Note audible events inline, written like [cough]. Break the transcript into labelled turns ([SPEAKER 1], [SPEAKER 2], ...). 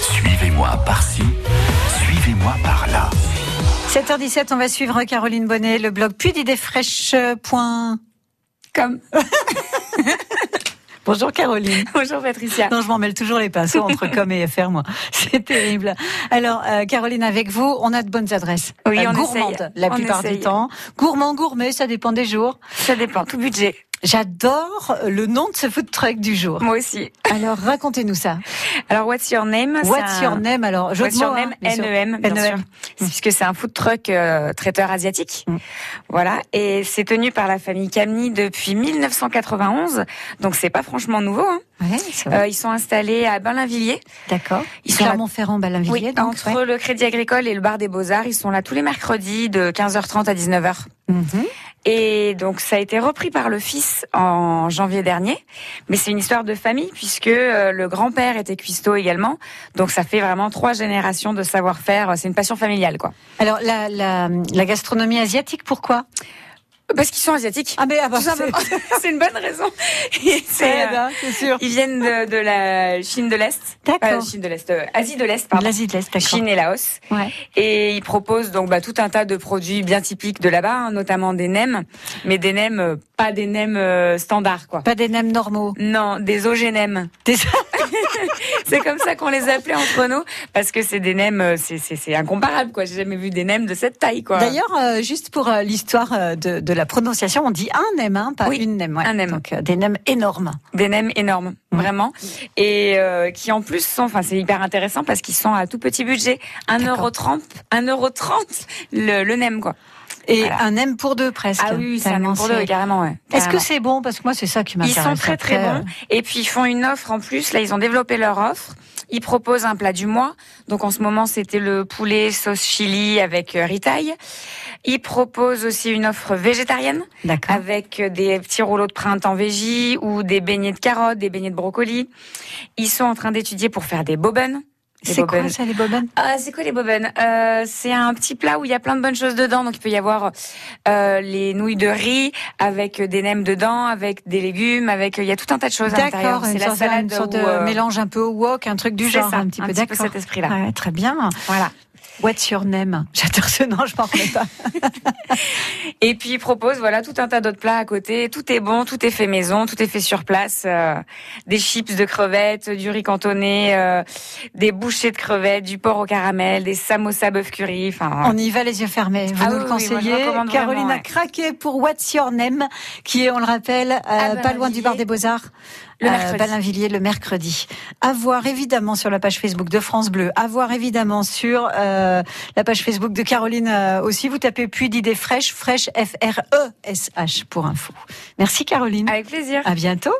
[SPEAKER 1] Suivez-moi par-ci, suivez-moi par-là.
[SPEAKER 2] 7h17, on va suivre Caroline Bonnet, le blog puis d'idées fraîches. Point... com. Bonjour Caroline.
[SPEAKER 3] [laughs] Bonjour Patricia.
[SPEAKER 2] [laughs] Non, je m'en mêle toujours les pinceaux
[SPEAKER 3] [laughs]
[SPEAKER 2] entre com et FR, moi. C'est terrible. Alors, euh, Caroline, avec vous, on a de bonnes adresses. Euh,
[SPEAKER 3] Oui, on
[SPEAKER 2] gourmande
[SPEAKER 3] essaye.
[SPEAKER 2] la
[SPEAKER 3] On
[SPEAKER 2] plupart
[SPEAKER 3] essaye.
[SPEAKER 2] du temps. Gourmand, gourmet, ça dépend des jours.
[SPEAKER 3] Ça dépend, tout budget.
[SPEAKER 2] J'adore le nom de ce food truck du jour.
[SPEAKER 3] Moi aussi.
[SPEAKER 2] Alors, racontez-nous ça.
[SPEAKER 3] Alors, what's your name c'est
[SPEAKER 2] What's
[SPEAKER 3] un-
[SPEAKER 2] your name alors Jeu de
[SPEAKER 3] What's your
[SPEAKER 2] mots, hein,
[SPEAKER 3] name
[SPEAKER 2] bien sûr.
[SPEAKER 3] NEM, bien
[SPEAKER 2] NEM.
[SPEAKER 3] sûr. C'est Puisque c'est un food truck euh, traiteur asiatique.
[SPEAKER 2] Mm.
[SPEAKER 3] Voilà. Et c'est tenu par la famille Camni depuis 1991. Donc, c'est pas franchement nouveau. hein.
[SPEAKER 2] Ouais, c'est vrai.
[SPEAKER 3] Euh, ils sont installés à Berlin-Villiers.
[SPEAKER 2] D'accord.
[SPEAKER 3] ils sont là-
[SPEAKER 2] Clermont-Ferrand,
[SPEAKER 3] Oui,
[SPEAKER 2] Balinvilliers. donc,
[SPEAKER 3] entre
[SPEAKER 2] ouais.
[SPEAKER 3] le Crédit Agricole et le Bar des Beaux-Arts. Ils sont là tous les mercredis de 15h30 à 19h.
[SPEAKER 2] Mhm.
[SPEAKER 3] Et donc ça a été repris par le fils en janvier dernier, mais c'est une histoire de famille puisque euh, le grand-père était cuistot également, donc ça fait vraiment trois générations de savoir-faire, c'est une passion familiale quoi.
[SPEAKER 2] Alors, la, la, la gastronomie asiatique, pourquoi
[SPEAKER 3] Parce qu'ils sont asiatiques,
[SPEAKER 2] Ah, mais ah, bah, [laughs]
[SPEAKER 3] tout simplement, c'est une bonne raison. Et
[SPEAKER 2] c'est
[SPEAKER 3] c'est,
[SPEAKER 2] aide,
[SPEAKER 3] euh,
[SPEAKER 2] hein, c'est sûr.
[SPEAKER 3] Ils viennent de, de la Chine de l'Est, pas
[SPEAKER 2] D'accord.
[SPEAKER 3] Chine de l'Est, euh, Asie de l'Est pardon.
[SPEAKER 2] L'Asie de l'Est, d'accord.
[SPEAKER 3] Chine et Laos.
[SPEAKER 2] Ouais.
[SPEAKER 3] Et ils proposent donc bah, tout un tas de produits bien typiques de là-bas, hein, notamment des nems, mais des nems, euh, pas des nems euh, standards quoi.
[SPEAKER 2] Pas des nems normaux.
[SPEAKER 3] Non, des OGNM.
[SPEAKER 2] Des-
[SPEAKER 3] [laughs] C'est comme ça qu'on les appelait entre nous, parce que c'est des nems, euh, c'est- c'est c'est incomparable, quoi. J'ai jamais vu des nems de cette taille, quoi.
[SPEAKER 2] D'ailleurs, euh, juste pour euh, l'histoire euh, de, de la prononciation, on dit un nem, hein, pas
[SPEAKER 3] Oui,
[SPEAKER 2] une nem. ouais.
[SPEAKER 3] un nem.
[SPEAKER 2] Donc, euh, des nems énormes.
[SPEAKER 3] Des nems énormes,
[SPEAKER 2] Mm.
[SPEAKER 3] vraiment. Et euh, qui, en plus, sont, enfin, c'est hyper intéressant parce qu'ils sont à tout petit budget. 1,30€, 1,30€ le, le nem, quoi.
[SPEAKER 2] Et
[SPEAKER 3] Voilà.
[SPEAKER 2] un nem pour deux, presque.
[SPEAKER 3] Ah oui, oui, c'est un
[SPEAKER 2] Tellement
[SPEAKER 3] nem pour deux,
[SPEAKER 2] c'est-
[SPEAKER 3] oui, carrément, ouais.
[SPEAKER 2] Est-ce que
[SPEAKER 3] carrément.
[SPEAKER 2] c'est bon Parce que moi, c'est ça qui
[SPEAKER 3] Ils
[SPEAKER 2] m'intéresse.
[SPEAKER 3] sont très très
[SPEAKER 2] après, euh,
[SPEAKER 3] bons et puis ils font une offre en plus. Là, ils ont développé leur offre. Ils proposent un plat du mois. Donc en ce moment, c'était le poulet sauce chili avec euh, ritaille. Ils proposent aussi une offre végétarienne
[SPEAKER 2] D'accord.
[SPEAKER 3] avec euh, des petits rouleaux de printemps végie ou des beignets de carottes, des beignets de brocolis. Ils sont en train d'étudier pour faire des bobennes. Des
[SPEAKER 2] C'est quoi
[SPEAKER 3] bobennes.
[SPEAKER 2] ça, les bobanes
[SPEAKER 3] Ah, c'est quoi les bobennes euh, C'est un petit plat où il y a plein de bonnes choses dedans. Donc il peut y avoir euh, les nouilles de riz avec euh, des nems dedans, avec des légumes, avec euh, il y a tout un tas de choses à l'intérieur.
[SPEAKER 2] D'accord,
[SPEAKER 3] C'est
[SPEAKER 2] une
[SPEAKER 3] la
[SPEAKER 2] sorte,
[SPEAKER 3] salade
[SPEAKER 2] une sorte
[SPEAKER 3] ou,
[SPEAKER 2] de
[SPEAKER 3] euh,
[SPEAKER 2] mélange un peu au wok, un truc du
[SPEAKER 3] c'est
[SPEAKER 2] genre,
[SPEAKER 3] ça,
[SPEAKER 2] un petit peu, d'accord.
[SPEAKER 3] cet esprit-là.
[SPEAKER 2] Ouais, très bien.
[SPEAKER 3] Voilà.
[SPEAKER 2] What's your name J'adore ce nom, je m'en remets pas.
[SPEAKER 3] Et puis ils proposent voilà tout un tas d'autres plats à côté. Tout est bon, tout est fait maison, tout est fait sur place. euh, des chips de crevettes, du riz cantonné, euh, des bouchées de crevettes, du porc au caramel, des samosas bœuf curry. Enfin, voilà.
[SPEAKER 2] On y va les yeux fermés. Vous
[SPEAKER 3] Ah
[SPEAKER 2] nous
[SPEAKER 3] oui,
[SPEAKER 2] le
[SPEAKER 3] oui, moi, je
[SPEAKER 2] conseillez.
[SPEAKER 3] recommande
[SPEAKER 2] Caroline
[SPEAKER 3] vraiment,
[SPEAKER 2] a
[SPEAKER 3] ouais.
[SPEAKER 2] craqué pour What's Your Name, qui est, on le rappelle, euh,
[SPEAKER 3] À
[SPEAKER 2] pas loin du bar
[SPEAKER 3] Balinvilliers.
[SPEAKER 2] des Beaux-Arts,
[SPEAKER 3] Ah, ben,
[SPEAKER 2] euh,
[SPEAKER 3] Le mercredi.
[SPEAKER 2] Balinvilliers, le mercredi. À voir évidemment sur la page Facebook de France Bleu, à voir évidemment sur euh, la page Facebook de Caroline euh, aussi. Vous tapez puis d'idées fraîches, fraîches E F-R-E-S-H pour info. Merci Caroline.
[SPEAKER 3] avec plaisir.
[SPEAKER 2] À bientôt.